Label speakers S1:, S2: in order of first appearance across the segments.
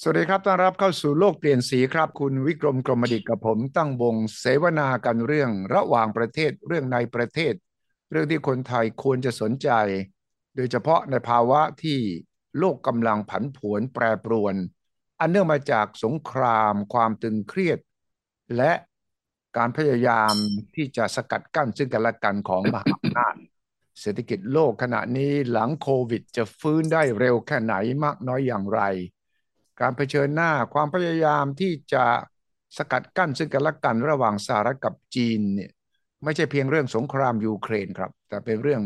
S1: สวัสดีครับ ต้อนรับเข้าสู่โลกเปลี่ยนสีครับ คุณวิกรมกรมดิษฐ์กับผมตั้งวงเสวนากันเรื่องระหว่างประเทศเรื่องในประเทศ เรื่องที่คนไทยควรจะสนใจ โดยเฉพาะในภาวะที่โลกกำลังผันผวนแปรปรวน อันเนื่องมาจากสงคราม ความตึงเครียด และการพยายามที่จะสกัดกั้นซึ่งกันและกันของมหาอำนาจ เศรษฐกิจโลกขณะนี้หลังโควิดจะฟื้นได้เร็วแค่ไหนมากน้อยอย่างไร การเผชิญหน้าความพยายามที่จะสกัดกั้นซึ่งกันและกันระหว่างสหรัฐกับจีนเนี่ยไม่ใช่เพียงเรื่องสงครามยูเครนครับ แต่เป็นเรื่อง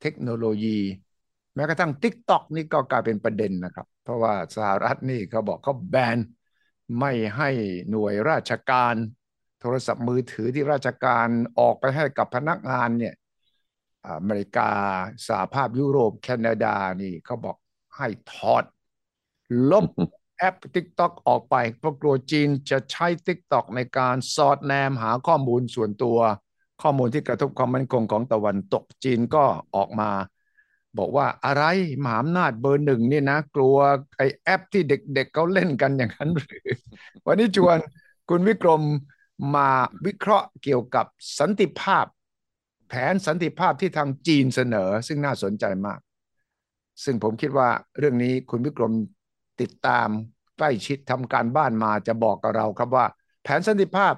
S1: เทคโนโลยี แม้กระทั่ง TikTok นี่ก็กลายเป็นประเด็นนะครับ เพราะว่าสหรัฐนี่เขาบอกเขาแบน ไม่ให้หน่วยราชการ โทรศัพท์มือถือที่ราชการออกไปให้กับพนักงานเนี่ย อเมริกาสหภาพยุโรป แคนาดานี่เขาบอกให้ถอด ลบ แอป TikTok ออกไปเพราะกลัวจีนจะใช้ TikTok ในการสอดแนมหาข้อมูลส่วนตัว ข้อมูลที่กระทบความมั่นคงของตะวันตกจีนก็ออกมา บอกว่าอะไรมหาอำนาจเบอร์หนึ่งนี่นะ กลัวไอแอปที่เด็กๆเขาเล่นกันอย่างนั้นหรือ วันนี้ชวนคุณวิกรมมาวิเคราะห์เกี่ยวกับสันติภาพ แผนสันติภาพที่ทางจีนเสนอ ซึ่งน่าสนใจมาก ซึ่งผมคิดว่าเรื่องนี้คุณวิกรมติดตามใกล้ชิดทำการบ้านมาจะบอกกับเราครับว่า แผนสันติภาพ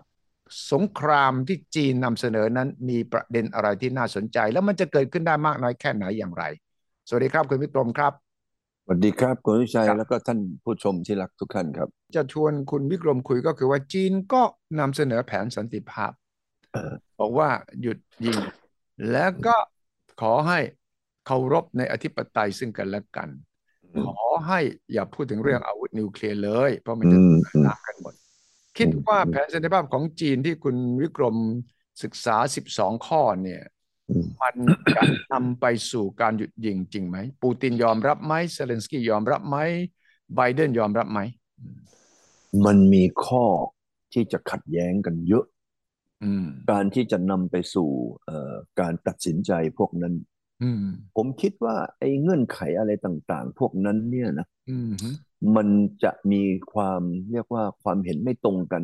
S1: สงครามที่จีนนำเสนอนั้นมีประเด็นอะไรที่น่าสนใจ แล้วมันจะเกิดขึ้นได้มากน้อยแค่ไหนอย่างไร สวัสดีครับคุณวิกรมครับ
S2: สวัสดีครับคุณวิชัย
S1: ครับ
S2: แล้วก็ท่านผู้ชมที่รักทุกท่านครับ
S1: จะชวนคุณวิกรมคุยก็คือว่าจีนก็นำเสนอแผนสันติภาพ
S2: เออ
S1: บอกว่าหยุดยิง แล้วก็ขอให้เคารพในอธิปไตยซึ่งกันและกัน ขอให้อย่าพูดถึงเรื่องอาวุธนิวเคลียร์เลย เพราะมันจะ
S2: อืม
S1: ตามกันหมด คิดว่าแผนสันติภาพของจีนที่คุณวิกรมศึกษา 12 ข้อเนี่ย
S2: อืม
S1: มันจะนำไปสู่การหยุดยิงจริงไหม ปูตินยอมรับไหมเซเลนสกี้ยอมรับไหมไบเดนยอมรับไหม
S2: มันมีข้อที่จะขัดแย้งกันเยอะ
S1: อืม
S2: การที่จะนำไปสู่เอ่อการตัดสินใจพวกนั้น
S1: อืม
S2: ผมคิดว่าไอ้เงื่อนไขอะไรต่างๆ พวกนั้นเนี่ยนะ
S1: อืม
S2: มันจะมีความเรียกว่าความเห็นไม่ตรงกัน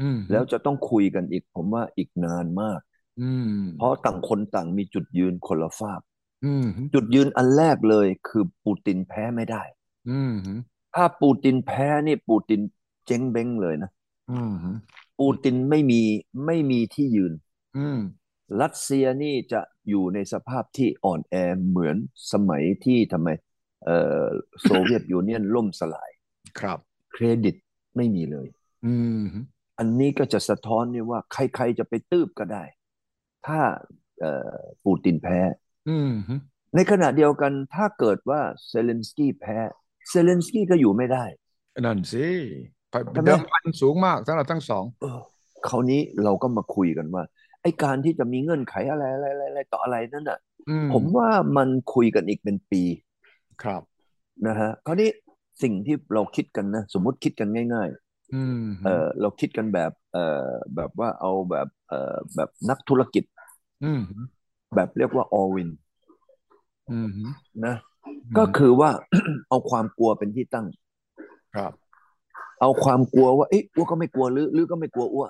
S1: อืม
S2: แล้วจะต้องคุยกันอีก ผมว่าอีกนานมาก
S1: อืม
S2: เพราะต่างคนต่างมีจุดยืนคนละฝาก
S1: อืม
S2: จุดยืนอันแรกเลยคือปูตินแพ้ไม่ได้
S1: อืม
S2: ถ้าปูตินแพ้นี่ปูตินเจ๊งเบ้งเลยนะ
S1: อืม
S2: ปูตินไม่มีไม่มีที่ยืน
S1: อืม
S2: รัสเซียนี่จะอยู่ในสภาพที่อ่อนแอเหมือนสมัยที่ทำไมเอ่อโซเวียตยูเนียนล่มสลาย
S1: ครับ
S2: เครดิตไม่มีเลย
S1: อืม
S2: อันนี้ก็จะสะท้อนนี่ว่าใครๆจะไปตืบก็ได้ ถ้าเอ่อปูตินแพ้
S1: อืม
S2: ในขณะเดียวกันถ้าเกิดว่าเซเลนสกี้แพ้ เซเลนสกี้ก็อยู่ไม่ได้
S1: นั่นสิไป
S2: ทำไม
S1: เดิมพันสูงมากสำหรับทั้งสอง
S2: เออคราวนี้เราก็มาคุยกันว่า ไอ้การที่จะมีเงื่อนไขอะไรอะไรอะไรอะไรต่ออะไรนั่นน่ะ
S1: อืม
S2: ผมว่ามันคุยกันอีกเป็นปี
S1: ครับ
S2: นะฮะคราวนี้สิ่งที่เราคิดกันนะ สมมติคิดกันง่าย
S1: อืม
S2: ๆเออเราคิดกันแบบเออแบบว่าเอาแบบเออแบบนักธุรกิจ
S1: อืม
S2: แบบเรียกว่า all win
S1: อืม
S2: นะก็คือว่า เอาความกลัวเป็นที่ตั้ง
S1: ครับ
S2: เอาความกลัวว่าเอ๊ะอ้วก็ไม่กลัวหรือหรือก็ไม่กลัวอ้ว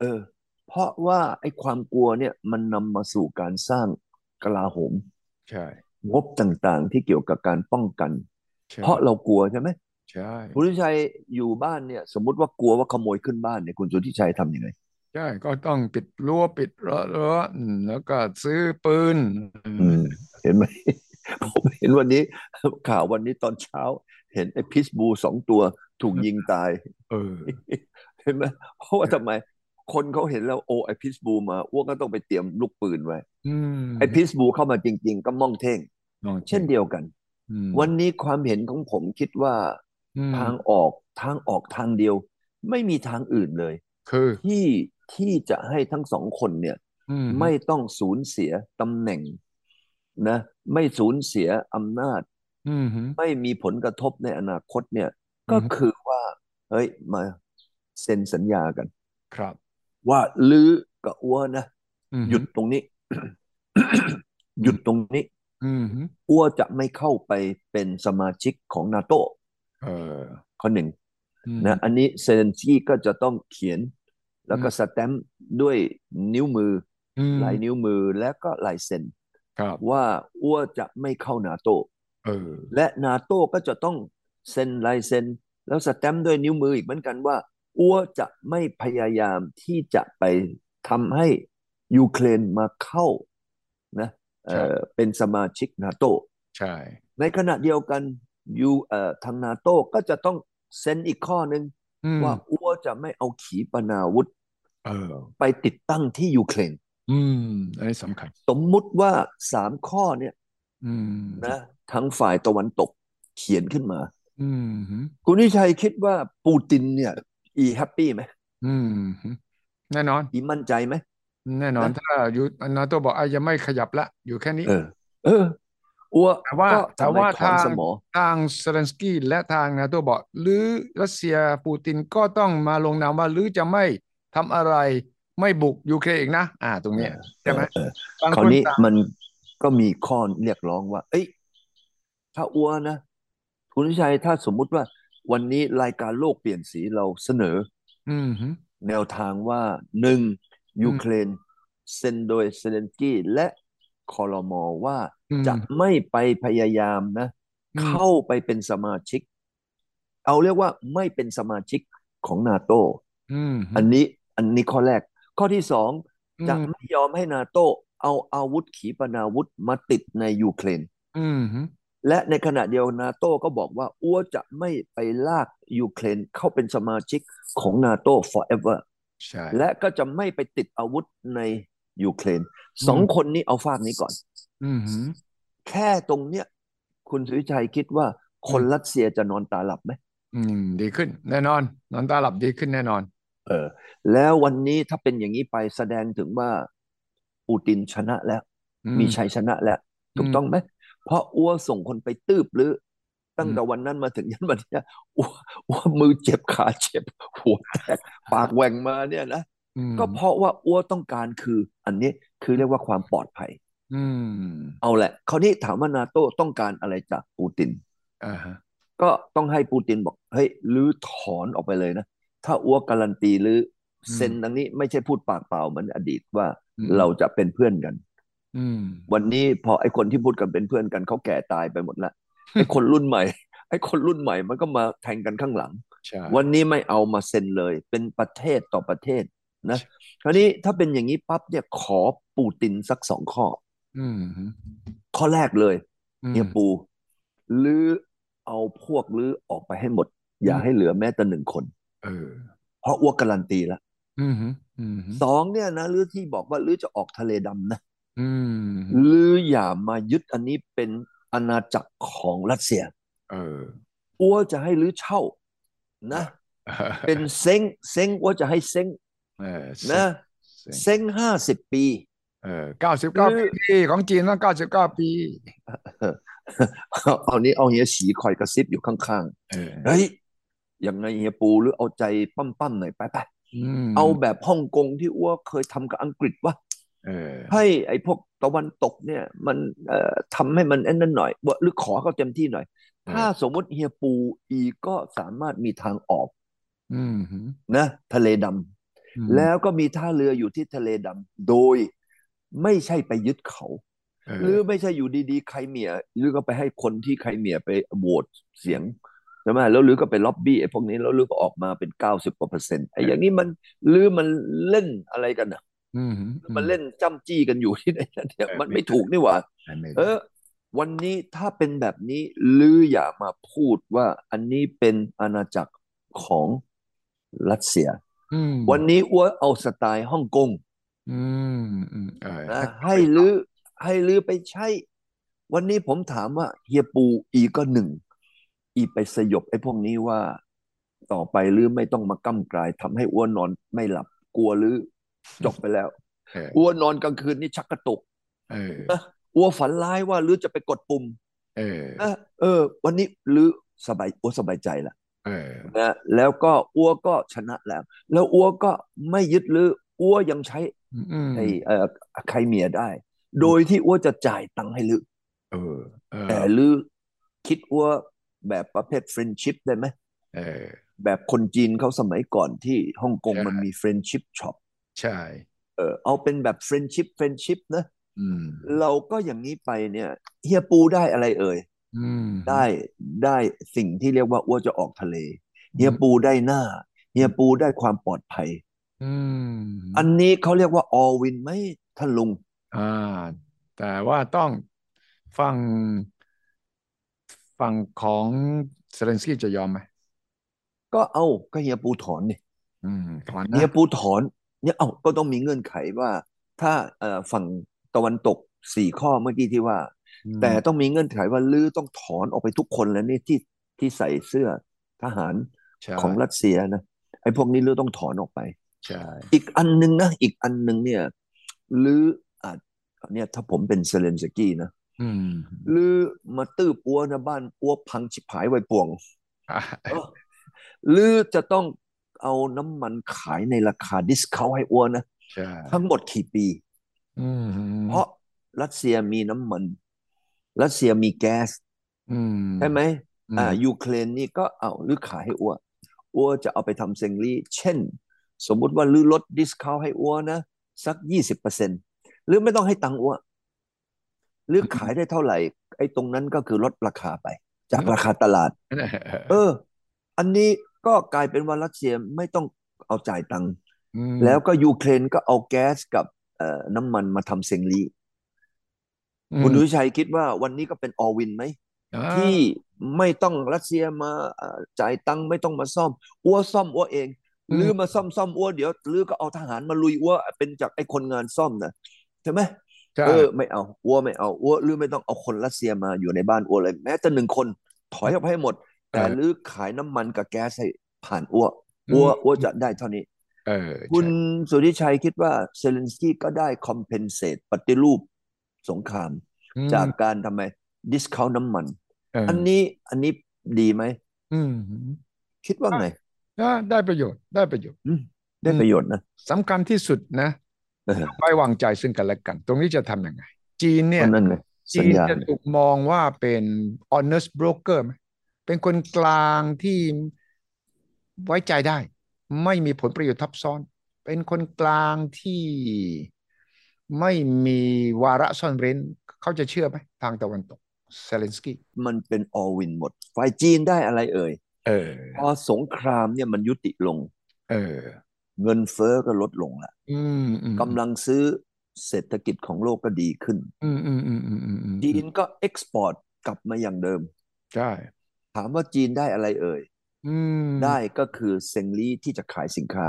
S2: เออ เพราะว่าไอ้ความกลัวเนี่ยมันนำมาสู่การสร้างกลาโหม
S1: ใช่
S2: งบต่างๆที่เกี่ยวกับการป้องกัน
S1: ใช่
S2: เพราะเรากลัวใช่ไหม
S1: ใช่
S2: คุณสุทธิชัยอยู่บ้านเนี่ย สมมติว่ากลัวว่าขโมยขึ้นบ้านเนี่ยคุณสุทธิชัยทำยังไง
S1: ใช่ ก็ต้องปิดรั้วปิดรั้วรั้วอืมแล้วก็ซื้อปืน
S2: อืม เห็นไหม ผมเห็นวันนี้ ข่าววันนี้ตอนเช้า เห็นไอ้พิษบูสองตัวถูกยิงตาย
S1: เออ
S2: เห็นไหมเพราะว่าทำไม คนเขาเห็นแล้วโอ้ไอ้พิษบูมาอ้วกก็ต้องไปเตรียมลูกปืนไว้
S1: อืม
S2: ไอ้พิษบูเข้ามาจริง ๆ ก็ม่องเท่ง
S1: ลอง
S2: เช่นเดียวกัน
S1: อืม
S2: วันนี้ความเห็นของผมคิดว่า
S1: อืม
S2: ทางออกทางออกทางเดียว ไม่มีทางอื่นเลย
S1: คือ
S2: ที่ที่จะให้ทั้งสองคนเนี่ย
S1: อืม
S2: ไม่ต้องสูญเสียตำแหน่งนะไม่สูญเสียอำนาจ
S1: อืม
S2: ไม่มีผลกระทบในอนาคตเนี่ย ก็
S1: อืม
S2: คือว่า เฮ้ย มาเซ็นสัญญากัน
S1: ครับ
S2: ว่าลือกับอัวนะ
S1: อืม
S2: หยุดตรงนี้ หยุดตรงนี้
S1: อืม
S2: อัวจะไม่เข้าไปเป็นสมาชิกของนาโต้
S1: เออ
S2: ข้อหนึ่ง
S1: อืม
S2: นะ อันนี้เซเลนสกี้ก็จะต้องเขียน แล้วก็
S1: อืม
S2: สแตมป์ด้วยนิ้วมือ
S1: อื
S2: อ
S1: ม
S2: ลายนิ้วมือและก็ลายเซ็น
S1: ครับ
S2: ว่าอ้วจะไม่เข้านาโต
S1: เออ
S2: และนาโต้ก็จะต้องเซ็นลายเซ็น แล้วสแตมป์ด้วยนิ้วมืออีกเหมือนกันว่าอ้วจะไม่พยายามที่จะไปทำให้ยูเครนมาเข้านะเอ่อเป็นสมาชิกนาโต
S1: ใช่
S2: ในขณะเดียวกันยูเอ่อทางนาโต้ก็จะต้องเซ็นอีกข้อหนึ่ง
S1: อืม
S2: ว่าอ้วจะไม่เอาขีปนาวุธ
S1: เออ
S2: ไปติดตั้งที่ยูเครน
S1: อืม อันนี้สำคัญ
S2: สมมุติว่าสามข้อเนี่ย
S1: อืม
S2: นะทางฝ่ายตะวันตกเขียนขึ้นมา
S1: อืมฮึ
S2: คุณวิชัยคิดว่าปูตินเนี่ย อีแฮปปี้ไหม
S1: อืมฮึแน่นอน
S2: อีมั่นใจไหม
S1: แน่นอน
S2: นะ
S1: ถ้าอยู่นาโตบอกอ่ะยังไม่ขยับละ อยู่แค่นี้
S2: เออ เอออ้ว
S1: แต่ว่า
S2: ก็
S1: แต่ว่า
S2: ทำลยความ
S1: ทาง
S2: สมอ
S1: ทางเซเลนสกี้และทางนาโตบอกหรือรัสเซียปูตินก็ต้องมาลงนามว่าหรือจะไม่ทำอะไรไม่บุกยูเครนอีกนะ อ่า ตรงเนี้ยใช่ไหม
S2: เออ
S1: บาง
S2: คราว
S1: คน
S2: นี้
S1: ต่าง
S2: มันก็มีข้อเรียกร้องว่า เอ้ย ถ้าอ้วนะ คุณวิชัยถ้าสมมุติว่า วันนี้รายการโลกเปลี่ยนสีเราเสนอ
S1: อืมฮึ
S2: แนวทางว่าหนึ่งยูเครนเซ็นโดยเซเลนสกี้และคอรมอว่า
S1: อืม
S2: จะไม่ไปพยายามนะ
S1: อืม
S2: เข้าไปเป็นสมาชิก เอาเรียกว่าไม่เป็นสมาชิกของนาโต
S1: อืมฮึ
S2: อันนี้อันนี้ข้อแรก ข้อที่สอง
S1: อื
S2: จะ
S1: ม
S2: ไม่ยอมให้นาโตเอาอาวุธขีปนาวุธมาติดในยูเครน
S1: อืมฮึ
S2: และในขณะเดียวนาโตก็บอกว่าอ้วจะไม่ไปลากยูเครนเข้าเป็นสมาชิกของนาโต forever
S1: ใช่
S2: และก็จะไม่ไปติดอาวุธในยูเครนสองคนนี้เอาฝากนี้ก่อน
S1: อืมฮึ
S2: แค่ตรงเนี้ย คุณสุวิชัยคิดว่าคนรัสเซียจะนอนตาหลับไหม
S1: อืมดีขึ้น แน่นอน นอนตาหลับดีขึ้นแน่นอน
S2: เออ แล้ววันนี้ถ้าเป็นอย่างนี้ไปแสดงถึงว่าปูตินชนะแล้ว
S1: อื
S2: มีชัยชนะแล้ว ถูกต้องไหมเพราะอ้วส่งคนไปตืบหรือ ตั้งแต่วันนั้นมาถึงยันวันเนี้ย อ้วอ้วมือเจ็บขาเจ็บ หัวแตกปากแหว่งมาเนี่ยนะ
S1: อืม
S2: ก็เพราะว่าอ้วต้องการคือ อันนี้คือเรียกว่าความปลอดภัย
S1: อืม
S2: เอาแหละคราวนี้ถามว่านาโต้ต้องการอะไรจากปูติน
S1: อ่าฮะ
S2: ก็ต้องให้ปูตินบอก เฮ้ยรื้อถอนออกไปเลยนะ ถ้าอ้วกการันตีหรืออเซ็นดังนี้ไม่ใช่พูดปากเปล่าเหมือนอดีตว่า
S1: อืม
S2: เราจะเป็นเพื่อนกัน
S1: อืม
S2: วันนี้พอไอ้คนที่พูดกันเป็นเพื่อนกันเขาแก่ตายไปหมดละไอ้คนรุ่นใหม่ ไอ้คนรุ่นใหม่มันก็มาแทงกันข้างหลัง
S1: ใช่
S2: วันนี้ไม่เอามาเซ็นเลย เป็นประเทศต่อประเทศนะคราวนี้ถ้าเป็นอย่างนี้ปั๊บเนี่ยขอปูตินสักสองข้อ
S1: อืมฮึ
S2: ข้อแรกเลย
S1: อื
S2: เฮีย
S1: ม
S2: ปูลื้อเอาพวกลื้อออกไปให้หมด อย่า
S1: อืม
S2: ให้เหลือแม้แต่หนึ่งคน
S1: เออ
S2: เพราะอ้วกการันตีแล้ว
S1: อืมฮึอืมฮึ
S2: สองเนี่ยนะลื้อที่บอกว่าลื้อจะออกทะเลดำนะ
S1: อืมฮึ
S2: ลื้ออย่ามายึดอันนี้เป็นอาณาจักรของรัสเซีย
S1: เออ
S2: อ้วจะให้ลื้อเช่า นะ เป็นเซ้งเซ้งอ้วจะให้เซ้ง
S1: เออ
S2: นะ
S1: เซ็ง
S2: เซ้งห้าสิบปี
S1: เออเก้าสิบเก้า
S2: หรือ
S1: ปีของจีนต้องเก้าสิบเก้าปี
S2: เอานี้เอาเฮียฉีคอยกระซิบอยู่ข้าง
S1: เออ
S2: ๆเฮ้ยยังไงเฮียปูหรือเอาใจปั้มๆหน่อยไปไป
S1: อืม
S2: เอาแบบฮ่องกงที่อ้วเคยทำกับอังกฤษว่า
S1: เออ
S2: ให้ไอ้พวกตะวันตกเนี่ย มันเอ่อทำให้มันไอ้นั่นหน่อยว่าหรือขอเขาเต็มที่หน่อย ถ้าสมมติเฮียปูอีก็สามารถมีทางออก
S1: อืมฮึ
S2: นะ ทะเลดำ
S1: อืม
S2: แล้วก็มีท่าเรืออยู่ที่ทะเลดำโดยไม่ใช่ไปยึดเขา
S1: เอ
S2: หรือ
S1: อ
S2: ไม่ใช่อยู่ดีๆใครเมียหรือก็ไปให้คนที่ใครเมียไปโหวตเสียงใช่ไหมแล้วหรือก็ไปล็อบบี้ไอ้พวกนี้แล้วหรือก็ออกมาเป็นเก้าสิบกว่าเปอร์เซ็นต์ไอ้อย่างนี้มันหรือมันเล่นอะไรกันนะ
S1: อืมฮึอื
S2: มัน
S1: ม
S2: เล่นจ้ำจี้กันอยู่ที่ไหนกันเนี่ย
S1: เออ
S2: มัน
S1: ไม่
S2: ไม่ถูกนี่หว่า
S1: ไม่ได้
S2: เออ วันนี้ถ้าเป็นแบบนี้ลืออย่ามาพูดว่าอันนี้เป็นอาณาจักรของรัสเซีย
S1: ม
S2: วันนี้อ้วเอาสไตล์ฮ่องกง
S1: อืมอืมเออ
S2: นะให้ลือให้ลือไปใช้ วันนี้ผมถามว่าเฮียปูอีก็หนึ่ง อีไปสยบไอ้พวกนี้ว่า ต่อไปลือไม่ต้องมาก้ำกลายทำให้อ้วนนอนไม่หลับกลัวลือจบไปแล้ว
S1: เออ
S2: อ้วนนอนกลางคืนนี่ชักกระตุก
S1: เออ
S2: นะอัวฝันร้ายว่าลือจะไปกดปุ่ม
S1: เออ
S2: นะเออ วันนี้ลือสบายอัวสบายใจละ
S1: เออ
S2: นะแล้วก็อัวก็ชนะแล้ว แล้วอัวก็ไม่ยึดลืออัวยังใช้
S1: อืม
S2: ไอ้เอ่อใครเมียได้ โดยที่อัวจะจ่ายตังค์ให้ลือ
S1: เออเออ
S2: แต่ลือคิดอัว แบบประเภท friendship ได้ไหม
S1: เออ
S2: แบบคนจีนเขาสมัยก่อนที่ฮ่องกง
S1: ใช่
S2: มันมี friendship shop
S1: ใช่
S2: เออเอาเป็นแบบ friendship friendship นะ
S1: อืม
S2: เราก็อย่างนี้ไปเนี่ยเฮียปูได้อะไรเอ่ย
S1: อืม
S2: ได้ได้สิ่งที่เรียกว่าอ้วจะออกทะเล เฮียปูได้หน้า เฮียปูได้ความปลอดภัย
S1: อืม
S2: อันนี้เขาเรียกว่า all win ไหมท่านลุง
S1: อ่า แต่ว่าต้องฟังฟังของเซเลนสกี้จะยอมไหม
S2: ก็เอาก็เฮียปูถอนนี่
S1: อืมถอน
S2: เฮีย
S1: นะ
S2: ปูถอนเนี่ยเอาก็ต้องมีเงื่อนไขว่า ถ้าเอ่อฝั่งตะวันตกสี่ข้อเมื่อกี้ที่ว่า
S1: อืม
S2: แต่ต้องมีเงื่อนไขว่าลือต้องถอนออกไปทุกคนแล้วนี่ที่ที่ใส่เสื้อทหาร
S1: ใช่
S2: ของรัสเซียนะไอ้พวกนี้ลือต้องถอนออกไป
S1: ใช่
S2: อีกอันหนึงนะอีกอันหนึงเนี่ยลืออาจเนี่ยถ้าผมเป็นเซเลนสกี้นะ
S1: อืม
S2: ลือมาตื้อปัวนะบ้านปัวพังชิบหายไว้ป่วง
S1: อ่ะ
S2: เออหรือจะต้องเอาน้ำมันขายในราคาดิสเคาให้อ้วนนะ
S1: ใช่
S2: ทั้งหมดกี่ปี
S1: อืม
S2: เพราะรัสเซียมีน้ำมัน รัสเซียมีแก๊ส
S1: อืม
S2: ใช่ไหม
S1: ม
S2: อ่ายูเครนนี่ก็เอาหรือขายให้อ้วนอ้วนจะเอาไปทำเซงลี่ เช่น สมมุติว่าลือลดดิสเคาให้อ้วนนะสักยี่สิบเปอร์เซ็นต์หรือไม่ต้องให้ตังค์อ้วนหรือขายได้เท่าไหร่ ไอ้ตรงนั้นก็คือลดราคาไป จากราคาตลาด เออ อันนี้ก็กลายเป็นว่ารัสเซียไม่ต้องเอาจ่ายตังค์
S1: ม
S2: แล้วก็ยูเครนก็เอาแก๊สกับเอ่อน้ำมันมาทำเซงลี
S1: อืม
S2: คุณดุชัยคิดว่าวันนี้ก็เป็นออวินไหม
S1: อ่า
S2: ที่ไม่ต้องรัสเซียมาเอ่อจ่ายตังค์ไม่ต้องมาซ่อม อัวซ่อมอัวเองหรือมาซ่อมซ่อมอัวเดี๋ยวหรือก็เอาทหารมาลุยอัวเป็นจากไอ้คนงานซ่อมนะใช่ไหม
S1: ใช่
S2: เออไม่เอาอัวไม่เอาอัวหรือไม่ต้องเอาคนรัสเซียมาอยู่ในบ้านอัวเลยแม้แต่หนึ่งคนถอยออกไปให้หมด แต่หรือขายน้ำมันกับแก๊สให้ผ่านอัวอัวอัวจะได้เท่านี้
S1: เออใช่
S2: คุณสุทธิชัยคิดว่าเซเลนสกี้ก็ได้คอมเพนเซตปฏิรูปสงคราม
S1: อืม
S2: จากการทำไมดิสเคา t น้ำมัน
S1: เออ
S2: อันนี้อันนี้ดีไหม
S1: อืม
S2: คิดว่าไง
S1: อ่าได้ประโยชน์ได้ประโยชน์
S2: อืมได้ประโยชน์นะ
S1: สำคัญที่สุดนะ
S2: เออ
S1: ไว้วางใจซึ่งกันและกัน ตรงนี้จะทำยังไง จีนเนี่ย
S2: เพราะนั่นไงสั
S1: จี
S2: ญ
S1: น
S2: ญา
S1: จะ
S2: ณ
S1: ถูกมองว่าเป็น honest broker ไหมเป็นคนกลางที่ไว้ใจได้ ไม่มีผลประโยชน์ทับซ้อน เป็นคนกลางที่ไม่มีวาระซ่อนเร้น เขาจะเชื่อไหมทางตะวันตกเซเลนสกี้
S2: มันเป็นออวินหมด ฝ่ายจีนได้อะไรเอ่ย
S1: เออ
S2: พอสงครามเนี่ยมันยุติลง
S1: เออ
S2: เงินเฟ้อก็ลดลงละ
S1: อืมอืม
S2: กำลังซื้อเศรษฐกิจของโลกก็ดีขึ้น
S1: อืมอืมอืมอืมอืมอืม
S2: จีนก็เอ็กซ์พอร์ตกลับมาอย่างเดิม
S1: ใช่
S2: ถามว่าจีนได้อะไรเอ่ย
S1: อืม
S2: ได้ก็คือเซ็งลี่ที่จะขายสินค้า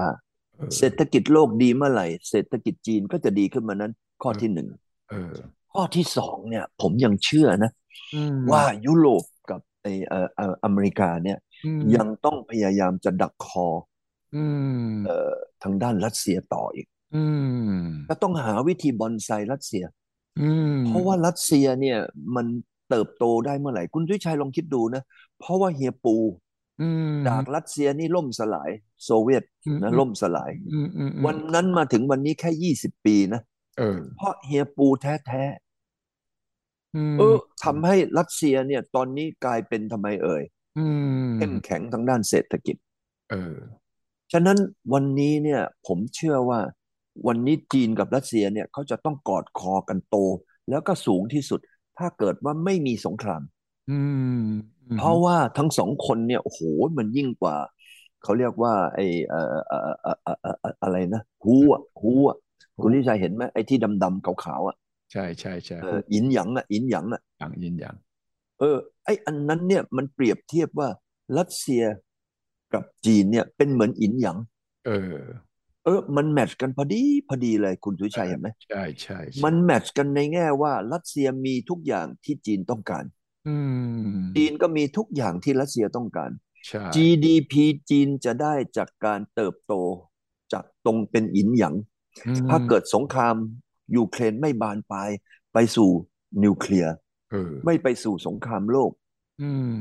S1: เออ
S2: เศรษฐกิจโลกดีเมื่อไหร่ เศรษฐกิจจีนก็จะดีขึ้นมานั้น ข้อที่หนึ่ง
S1: เออ
S2: ข้อที่สองเนี่ย ผมยังเชื่อนะ
S1: อืม
S2: ว่ายุโรปกับไอเอ่อเอ่ออเมริกาเนี่ย
S1: อืม
S2: ยังต้องพยายามจะดักคอ
S1: อืม
S2: เอ่อทางด้านรัสเซียต่ออีก
S1: อืม
S2: ก็ต้องหาวิธีบอนไซรัสเซีย
S1: อืม
S2: เพราะว่ารัสเซียเนี่ยมันเติบโตได้เมื่อไหร่ คุณวิชัยลองคิดดูนะ เพราะว่าเฮียปู
S1: อืม
S2: จากรัสเซียนี่ล่มสลายโซเวียตนะ
S1: อืม
S2: ล่มสลาย
S1: อืมอืมอืม
S2: วันนั้นมาถึงวันนี้แค่ยี่สิบปีนะ
S1: เออ
S2: เพราะเฮียปูแท้ๆ
S1: ม
S2: เออทำให้รัสเซียเนี่ยตอนนี้กลายเป็นทำไมเอ่ย
S1: อืม
S2: เข้มแข็งทางด้านเศรษฐกิจ
S1: เออ
S2: ฉะนั้นวันนี้เนี่ยผมเชื่อว่า วันนี้จีนกับรัสเซียเนี่ยเขาจะต้องกอดคอกันโต แล้วก็สูงที่สุด ถ้าเกิดว่าไม่มีสงคราม
S1: อืม
S2: เพราะว่าทั้งสองคนเนี่ยโอ้โหมันยิ่งกว่า เขาเรียกว่าไอเอ่อเอ่อเอ่อเอ่อเอ่อเอ่ออะไรนะฮูอะฮูอะคุณนิชัยเห็นไหมไอ้ที่ดำๆขาวๆอะ
S1: ใช่ใช่ใช่
S2: เอออินหยางอ่ะอินหยางอ่ะ
S1: อย่างยินอย่าง
S2: เออไออันนั้นเนี่ยมันเปรียบเทียบว่ารัสเซียกับจีนเนี่ยเป็นเหมือนอินหยาง
S1: เออ
S2: เออมันแมทช์กันพอดีพอดีเลยคุณสุชัยเห็นไหม
S1: ใช่ใช่ใช่
S2: มันแมทช์กันในแง่ว่ารัสเซียมีทุกอย่างที่จีนต้องการ
S1: อืม
S2: จีนก็มีทุกอย่างที่รัสเซียต้องการ
S1: ใช่
S2: GDP จีนจะได้จากการเติบโต จากตรงเป็นอินหยาง
S1: อืม
S2: ถ้าเกิดสงครามยูเครนไม่บานปลายไปสู่นิวเคลียร์
S1: เออ
S2: ไม่ไปสู่สงครามโลก
S1: อืม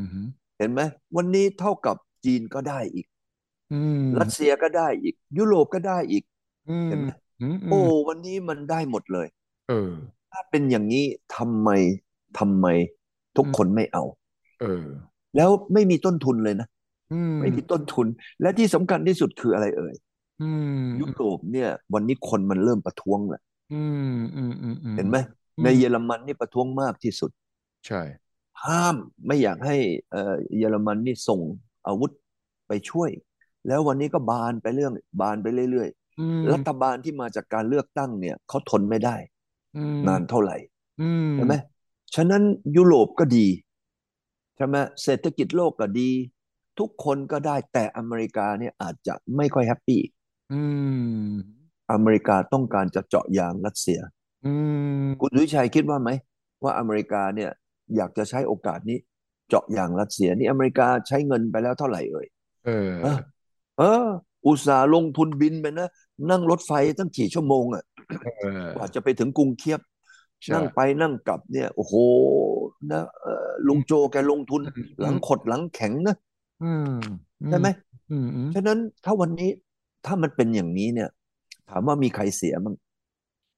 S2: เห็นไหมวันนี้เท่ากับจีนก็ได้อีก
S1: อืม
S2: รัสเซียก็ได้อีก ยุโรปก็ได้อีก
S1: อืม
S2: เห็นไหม
S1: อืม
S2: โอ้วันนี้มันได้หมดเลย
S1: เออ
S2: ถ้าเป็นอย่างนี้ทำไมทำไมทุกคนไม่เอา
S1: เออ
S2: แล้วไม่มีต้นทุนเลยนะ
S1: อืม
S2: ไม่มีต้นทุน และที่สำคัญที่สุดคืออะไรเอ่ย
S1: อืม
S2: ยุโรปเนี่ย วันนี้คนมันเริ่มประท้วงแล้ว
S1: อืมอืมอืมอืม
S2: เห็นไหมในเยอรมันนี่ประท้วงมากที่สุด
S1: ใช่
S2: ห้ามไม่อยากให้เอ่อเยอรมันนี่ส่งอาวุธไปช่วย แล้ววันนี้ก็บานไปเรื่องบานไปเรื่อย
S1: อืม
S2: ๆ รัฐบาลที่มาจากการเลือกตั้งเนี่ยเขาทนไม่ได้
S1: อืม
S2: นานเท่าไหร่
S1: อืม
S2: ใช่ไหมฉะนั้นยุโรปก็ดีใช่ไหมเศรษฐกิจโลกก็ดี ทุกคนก็ได้แต่อเมริกาเนี่ยอาจจะไม่ค่อยแฮปปี้
S1: อืม
S2: อเมริกาต้องการจะเจาะยางรัสเซีย
S1: อืม
S2: คุณสุวิชัยคิดว่าไหม ว่าอเมริกาเนี่ยอยากจะใช้โอกาสนี้ เจาะอย่างรัสเซียนี่อเมริกาใช้เงินไปแล้วเท่าไหร่เอ่ย
S1: เออ
S2: ฮะเออ อุตสาห์ลงทุนบินไปนะ นั่งรถไฟตั้งกี่ชั่วโมงอ่ะ
S1: เออก
S2: ว่าจะไปถึงกรุงเคียบ
S1: ใช่
S2: นั่งไปนั่งกลับเนี่ย โอ้โหนะเออลุงโจแกลงทุน
S1: อืม
S2: หลังขดหลังแข็งนะ
S1: อืมอื
S2: ใช่ไหม
S1: อืมอืม
S2: ฉะนั้นถ้าวันนี้ถ้ามันเป็นอย่างนี้เนี่ย ถามว่ามีใครเสียมั้ง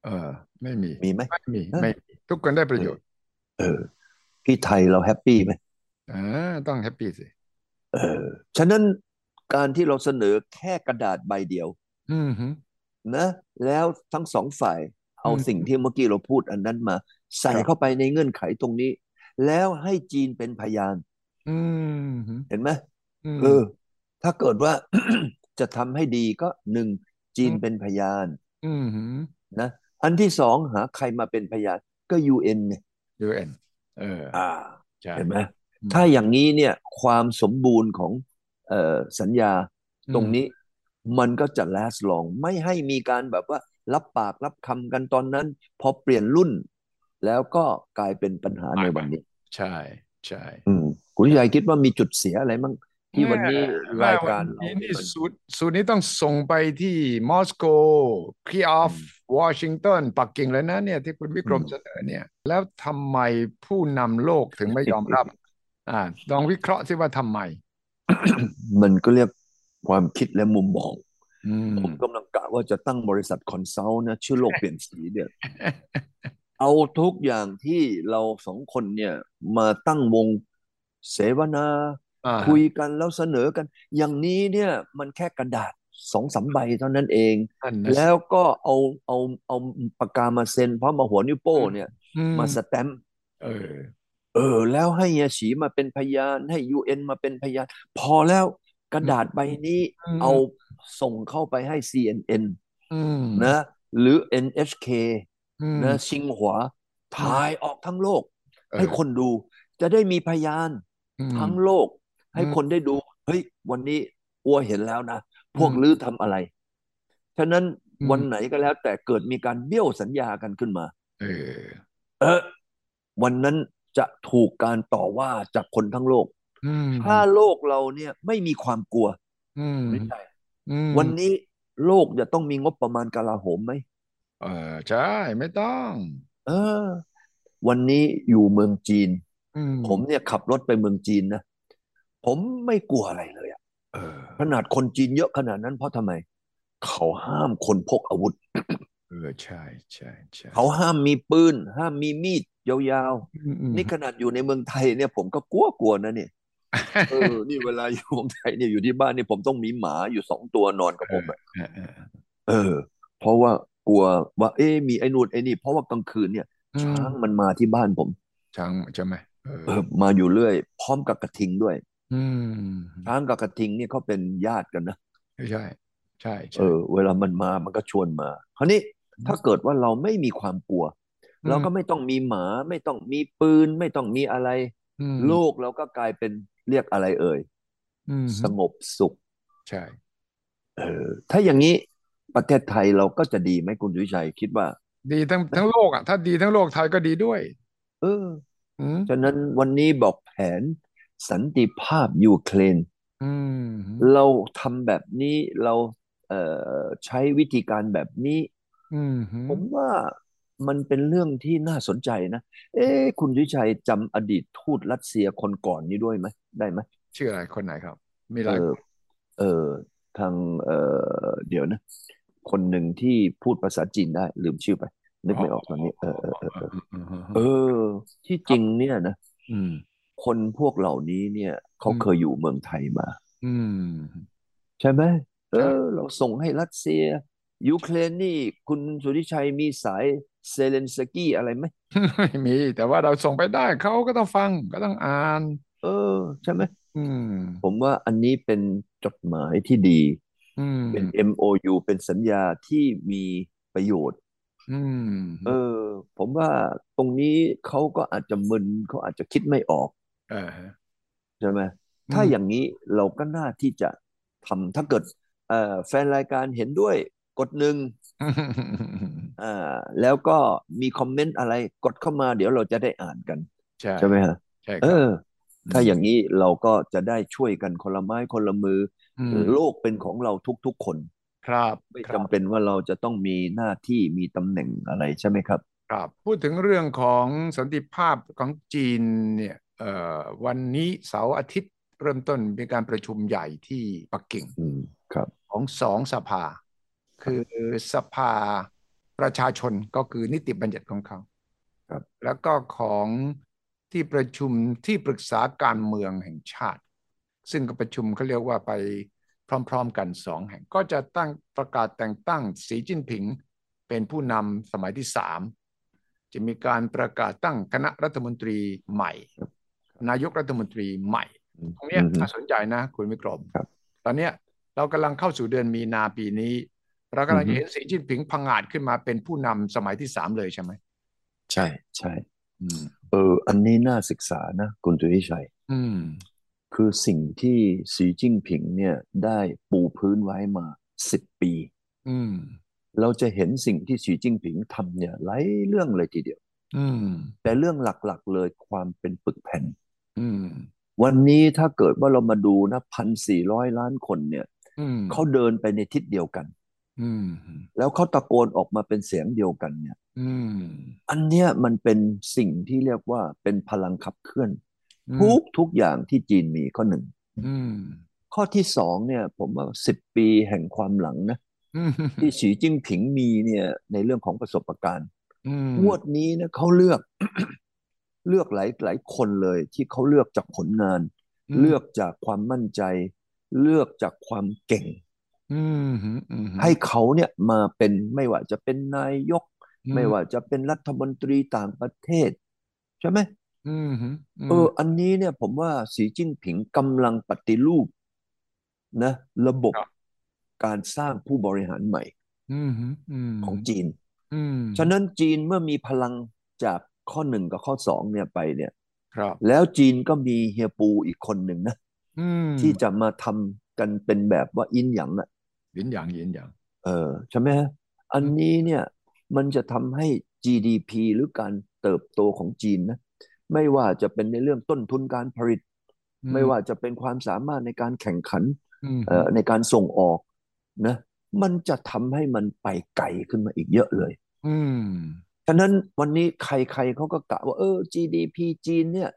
S1: เออ ไม่มี
S2: มีไหม
S1: ไม่มี
S2: เออ
S1: ไม่มีทุกคนได้ประโยชน์
S2: เออที่ไทยเราแฮปปี้ไหม
S1: อ่าต้องแฮปปี้สิ
S2: เออฉะนั้นการที่เราเสนอแค่กระดาษใบเดียว
S1: อืมฮึ
S2: นะแล้วทั้งสองฝ่ายเอา
S1: อืม
S2: สิ่งที่เมื่อกี้เราพูดอันนั้นมา ใส่
S1: ครับ
S2: เข้าไปในเงื่อนไขตรงนี้ แล้วให้จีนเป็นพยาน
S1: อืมฮึ
S2: เห็นไหม
S1: อืม
S2: เออ ถ้าเกิดว่า จะทำให้ดีก็หนึ่งจีน
S1: อืม
S2: เป็นพยาน
S1: อืมฮึ
S2: นะอันที่สองหาใครมาเป็นพยานก็ยูเอ็นเนี่ย
S1: UN เออ
S2: อ่า
S1: ใช่
S2: เห็นไหม
S1: อืม
S2: ถ้าอย่างนี้เนี่ยความสมบูรณ์ของเอ่อสัญญา
S1: อืม
S2: ตรงนี้มันก็จะ last long ไม่ให้มีการแบบว่ารับปากรับคำกันตอนนั้น พอเปลี่ยนรุ่น แล้วก็กลายเป็นปัญหาในวันนี้
S1: ใช่ใช่
S2: อืมคุณยายคิดว่ามีจุดเสียอะไรมั้งที่วันนี้
S1: แม่
S2: รายการเรา
S1: วันนี้นี่
S2: มัน
S1: สูตรสูตรนี้ต้องส่งไปที่มอสโกเคีย
S2: อื
S1: ฟ
S2: ม
S1: วอชิงตันปักกิ่งเลยนะเนี่ยที่คุณวิกรม
S2: อืม
S1: เสนอเนี่ย แล้วทำไมผู้นำโลกถึงไม่ยอมรับ อ่าลองวิเคราะห์สิว่าทำไม
S2: มันก็เรียกความคิดและมุมมอง
S1: อืม
S2: ผมกำลังกะว่าจะตั้งบริษัทคอนซัลท์นะชื่อโลกเปลี่ยนสีเนี่ย เอาทุกอย่างที่เราสองคนเนี่ย มาตั้งวงเสวนา
S1: อ่า
S2: คุยกันแล้วเสนอกัน อย่างนี้เนี่ยมันแค่กระดาษสองสามใบเท่านั้นเอง
S1: นั่นนะสิ
S2: แล้วก็เอาเอาเอาปากกามาเซ็นพร้อมมาหัวนิ้วโป้งเนี่ย
S1: อืม
S2: มาสแตมป์
S1: เออ
S2: เออ แล้วให้เฮียฉีมาเป็นพยานให้ยูเอ็นมาเป็นพยาน พอแล้วกระดาษใบนี้
S1: อืม
S2: เอาส่งเข้าไปให้ CNN
S1: อืม
S2: นะหรือ NHK
S1: อืม
S2: นะชิงหัวถ่ายออกทั้งโลก
S1: เออ
S2: ให้คนดู จะได้มีพยาน
S1: อืม
S2: ทั้งโลก ให้
S1: อืม
S2: คนได้ดู เฮ้ย วันนี้อัวเห็นแล้วนะ พวก
S1: อืม
S2: ลือทำอะไร ฉะนั้น
S1: อืม
S2: วันไหนก็แล้ว แต่เกิดมีการเบี้ยวสัญญากันขึ้นมา
S1: เออ
S2: เออ วันนั้นจะถูกการต่อว่าจากคนทั้งโลก
S1: อืม
S2: ถ้าโลกเราเนี่ยไม่มีความกลัว
S1: อืม
S2: หรือใจ
S1: อืม
S2: วันนี้โลกจะต้องมีงบประมาณกลาโหมไหม
S1: เออใช่ไม่ต้อง
S2: เออ วันนี้อยู่เมืองจีน
S1: อืม
S2: ผมเนี่ยขับรถไปเมืองจีนนะ ผมไม่กลัวอะไรเลยอะ
S1: เออ
S2: ขนาดคนจีนเยอะขนาดนั้นเพราะทำไม เขาห้ามคนพกอาวุธ
S1: เออใช่ใช่ใช่
S2: เขาห้ามมีปืน ห้ามมีมีดยาว
S1: อืมอืม
S2: ๆ นี่ขนาดอยู่ในเมืองไทยเนี่ยผมก็กลัวกลัวนะเนี่ยเออ นี่เวลาอยู่เมืองไทยเนี่ยอยู่ที่บ้านเนี่ยผมต้องมีหมาอยู่สองตัวนอนกับผมอะ
S1: เออเออ
S2: เออ เพราะว่ากลัวว่าเอ๊ะมีไอ้นู่นไอ้นี่ เพราะว่ากลางคืนเนี่ย
S1: อืม
S2: ช้างมันมาที่บ้านผม
S1: ช่างใช่ไหมเออ
S2: เออมาอยู่เรื่อย พร้อมกับกระทิงด้วย
S1: อืม
S2: ช้างกับกระทิงเนี่ยเขาเป็นญาติกันนะ
S1: ใช่ใช่
S2: เอ
S1: ใช่
S2: อ เวลามันมามันก็ชวนมา คราวนี้ถ้าเกิดว่าเราไม่มีความกลัว เราก็ไม่ต้องมีหมาไม่ต้องมีปืน ไม่ต้องมีอะไร
S1: อืม
S2: โลกเราก็กลายเป็นเรียกอะไรเอ่ย
S1: อืม
S2: สงบสุข
S1: ใช่
S2: เออ ถ้าอย่างนี้ประเทศไทยเราก็จะดีไหมคุณสุวิชัยคิดว่า
S1: ดีทั้งทั้งโลกอ่ะถ้าดีทั้งโลกไทยก็ดีด้วย
S2: เออ
S1: อืม
S2: ฉะนั้นวันนี้บอกแผนสันติภาพยูเครน
S1: อืม
S2: เราทำแบบนี้เราเอ่อใช้วิธีการแบบนี้
S1: อืมอื
S2: ผม
S1: ม
S2: ว่ามันเป็นเรื่องที่น่าสนใจนะ เอ๊ะคุณยุชัยจำอดีตทูตรัสเซียคนก่อนนี้ด้วยไหมได้ไหม
S1: ชื่ออะไรคนไหนครับ มีห
S2: เอ
S1: ลาย
S2: อเออทางเออเดี๋ยวนะ คนหนึ่งที่พูดภาษาจีนได้ ลืมชื่อไป นึกไม่ออกตอนนี้ เออเออเออเออ
S1: อืม
S2: เออ ที่จริงเนี่ยนะ
S1: อืม
S2: คนพวกเหล่านี้เนี่ยเขา
S1: อืม
S2: เคยอยู่เมืองไทยมา
S1: อืม
S2: ใช่ไหมเอ
S1: ใช่
S2: อ เราส่งให้รัสเซีย ยูเครนนี่คุณสุทธิชัยมีสายเซเลนสกี้อะไรไหม
S1: ไม่มี แต่ว่าเราส่งไปได้เขาก็ต้องฟังก็ต้องอ่าน
S2: เออ ใช่ไหม
S1: อืม
S2: ผมว่าอันนี้เป็นจดหมายที่ดี
S1: อืม
S2: เป็น MOU เป็นสัญญาที่มีประโยชน์
S1: อืม
S2: เออ ผมว่าตรงนี้เขาก็อาจจะมึนเขาอาจจะคิดไม่ออก
S1: เออฮะ
S2: ใช่ไหม
S1: ม
S2: ถ้าอย่างนี้เราก็น่าที่จะทำถ้าเกิดเอ่อแฟนรายการเห็นด้วยกดหนึ่งอ่าแล้วก็มีคอมเมนต์อะไรกดเข้ามาเดี๋ยวเราจะได้อ่านกัน
S1: ใช่
S2: ใช่ไหมฮะ
S1: ใช่ค
S2: เอ
S1: รับ
S2: อ ถ้าอย่างนี้เราก็จะได้ช่วยกันคนละไม้คนละมือ
S1: อื
S2: อ
S1: ม
S2: โลกเป็นของเราทุกๆคน
S1: ครับ
S2: ไม่
S1: ครับ
S2: จำเป็นว่าเราจะต้องมีหน้าที่มีตำแหน่งอะไรใช่ไหมครับ
S1: ครับพูดถึงเรื่องของสันติภาพของจีนเนี่ยเอ่อวันนี้เสาร์อาทิตย์เริ่มต้นมีการประชุมใหญ่ที่ปักกิ่ง
S2: อืมครับ
S1: ของสองสภา คือสภาประชาชนก็คือนิติบัญญัติของเขา
S2: ครับ
S1: แล้วก็ของที่ประชุมที่ปรึกษาการเมืองแห่งชาติ ซึ่งก็ประชุมเขาเรียกว่าไปพร้อม ๆ กันสองแห่ง ก็จะตั้งประกาศแต่งตั้งสีจิ้นผิง เป็นผู้นำสมัยที่สามจะมีการประกาศตั้งคณะรัฐมนตรีใหม่ นายกรัฐมนตรีใหม่ ตรงเนี้ย
S2: อืม
S1: น่าสนใจนะ คุณวิกรม
S2: ครับ
S1: ตอนเนี้ยเรากำลังเข้าสู่เดือนมีนาปีนี้ เรากำลัง
S2: อือฮึ
S1: เห็นสีจิ้นผิงพังอาจขึ้นมาเป็นผู้นำสมัยที่สามเลยใช่ไหม
S2: ใช่ใช่
S1: อืม
S2: เออ อันนี้น่าศึกษานะ คุณตุวิชัย
S1: อืม
S2: คือสิ่งที่สีจิ้งผิงเนี่ยได้ปูพื้นไว้มาสิบปี
S1: อืม
S2: เราจะเห็นสิ่งที่สีจิ้งผิงทำเนี่ยหลายเรื่องเลยทีเดียว
S1: อืม
S2: แต่เรื่องหลักๆเลยความเป็นปึกแผ่น
S1: อืม
S2: วันนี้ถ้าเกิดว่าเรามาดูนะพันสี่ร้อยล้านคนเนี่ย
S1: อืม
S2: เขาเดินไปในทิศเดียวกัน
S1: อืม
S2: แล้วเขาตะโกนออกมาเป็นเสียงเดียวกันเนี่ย
S1: อืม
S2: อันเนี้ยมันเป็นสิ่งที่เรียกว่าเป็นพลังขับเคลื่อน
S1: อื
S2: ทุ
S1: ม
S2: กทุกอย่างที่จีนมีข้อหนึ่ง
S1: อืม
S2: ข้อที่สองเนี่ยผมว่าสิบปีแห่งความหลังนะ
S1: อืม
S2: ที่สีจิ้งผิงมีเนี่ยในเรื่องของประสบการณ์
S1: อืม
S2: งวดนี้นะเขาเลือก เลือกหลายหลายคนเลยที่เขาเลือกจากผลงาน เลือกจากความมั่นใจ เลือกจากความเก่ง
S1: อืมอืมอืม
S2: ให้เขาเนี่ยมาเป็นไม่ว่าจะเป็นนายก ไม่ว่าจะเป็นรัฐมนตรีต่างประเทศ ใช่ไหม
S1: อืมอืม
S2: เออ อันนี้เนี่ยผมว่าสีจิ้นผิงกำลังปฏิรูปนะระบบการสร้างผู้บริหารใหม่
S1: อืมอืม
S2: ของจีน
S1: อืม
S2: ฉะนั้นจีนเมื่อมีพลังจากข้อหนึ่งกับข้อสองเนี่ยไปเนี่ย
S1: ครับ
S2: แล้วจีนก็มีเฮียปูอีกคนหนึ่งนะ
S1: อืม
S2: ที่จะมาทำกันเป็นแบบว่าอินหยางอ่ะ
S1: หยินหยางหยินหยาง
S2: เออใช่ไหมฮะอันนี้เนี่ยมันจะทำให้ GDP หรือการเติบโตของจีนนะไม่ว่าจะเป็นในเรื่องต้นทุนการผลิต
S1: อืม
S2: ไม่ว่าจะเป็นความสามารถในการแข่งขัน
S1: อืม
S2: เอ่อในการส่งออกนะมันจะทำให้มันไปไกลขึ้นมาอีกเยอะเลย
S1: อืม
S2: ฉะนั้นวันนี้ใครๆเขาก็กะว่าเออ GDP จีนเนี่ย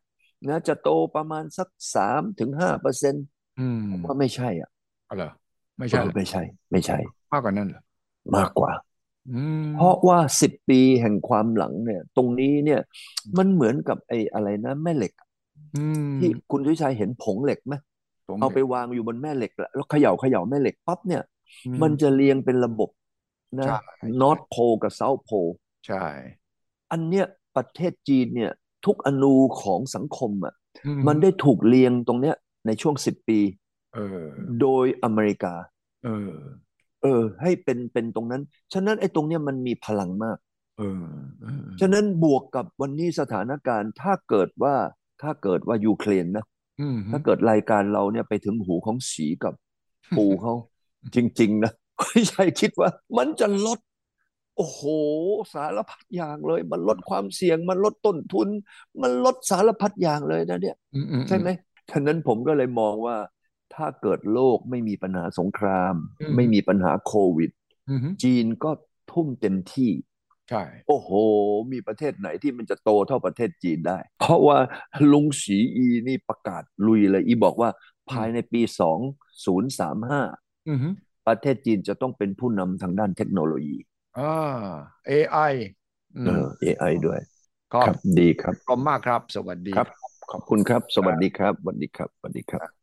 S2: นะจะโตประมาณสักสามถึงห้าเปอร์เซ็นต์
S1: อืม
S2: ผมว่าไม่ใช่อ่ะ
S1: เอาเหรอไม่
S2: เอ
S1: ใช่
S2: อ
S1: เหรอ
S2: ไม่ใช่ ไม่ใช่
S1: มากกว่านั้นเหรอ
S2: มากกว่า
S1: อืม
S2: เพราะว่าสิบปีแห่งความหลังเนี่ย ตรงนี้เนี่ย มันเหมือนกับไอ้อะไรนะแม่เหล็ก
S1: อืม
S2: ที่คุณทุชัยเห็นผงเหล็กไหม
S1: ผม
S2: เอาไป
S1: เห็น
S2: วางอยู่บนแม่เหล็ก แล้วแล้วเขย่าเขย่าแม่เหล็กปั๊บเนี่ย
S1: อืม
S2: มันจะเรียงเป็นระบบนะ
S1: ใช่
S2: นอร์ p โพลกับเซา t h โพล
S1: ใช่
S2: อันเนี้ยประเทศจีนเนี่ยทุกอนูของสังคมอ่ะ
S1: อืม
S2: มันได้ถูกเรียงตรงเนี้ยในช่วงสิบปี
S1: เออ
S2: โดยอเมริกา
S1: เออ
S2: เออ ให้เป็นเป็นตรงนั้น ฉะนั้นไอ้ตรงเนี้ยมันมีพลังมาก
S1: เออเออ
S2: ฉะนั้นบวกกับวันนี้สถานการณ์ถ้าเกิดว่าถ้าเกิดว่ายูเครนนะ
S1: อืม
S2: ถ้าเกิดรายการเราเนี่ยไปถึงหูของสีกับปูเขา จริง ๆ นะ ไม่ใช่คิดว่า มันจะลด โอ้โห สารพัดอย่างเลย มันลดความเสี่ยง มันลดต้นทุน มันลดสารพัดอย่างเลยนะเนี่ย
S1: อืมอืม
S2: ใช่ไหมฉะนั้นผมก็เลยมองว่า ถ้าเกิดโลกไม่มีปัญหาสงคราม
S1: อืม
S2: ไม่มีปัญหาโควิด
S1: อืม
S2: จีนก็ทุ่มเต็มที่
S1: ใช่
S2: โอ้โห มีประเทศไหนที่มันจะโตเท่าประเทศจีนได้ เพราะว่าลุงสีอีนี่ประกาศลุยเลยอีบอกว่าภายในปี 2035
S1: อืม
S2: ประเทศจีนจะต้องเป็นผู้นำทางด้านเทคโนโลยี
S1: อ่า AI อื
S2: เอ
S1: ม
S2: อ AI ด้วย
S1: ขอบ
S2: ครับดีครับ
S1: คุณมากครับ สวัสดี
S2: ครับ ขอบคุณครับ สวัสดีครับสวัสดีครับสวัสดีครับ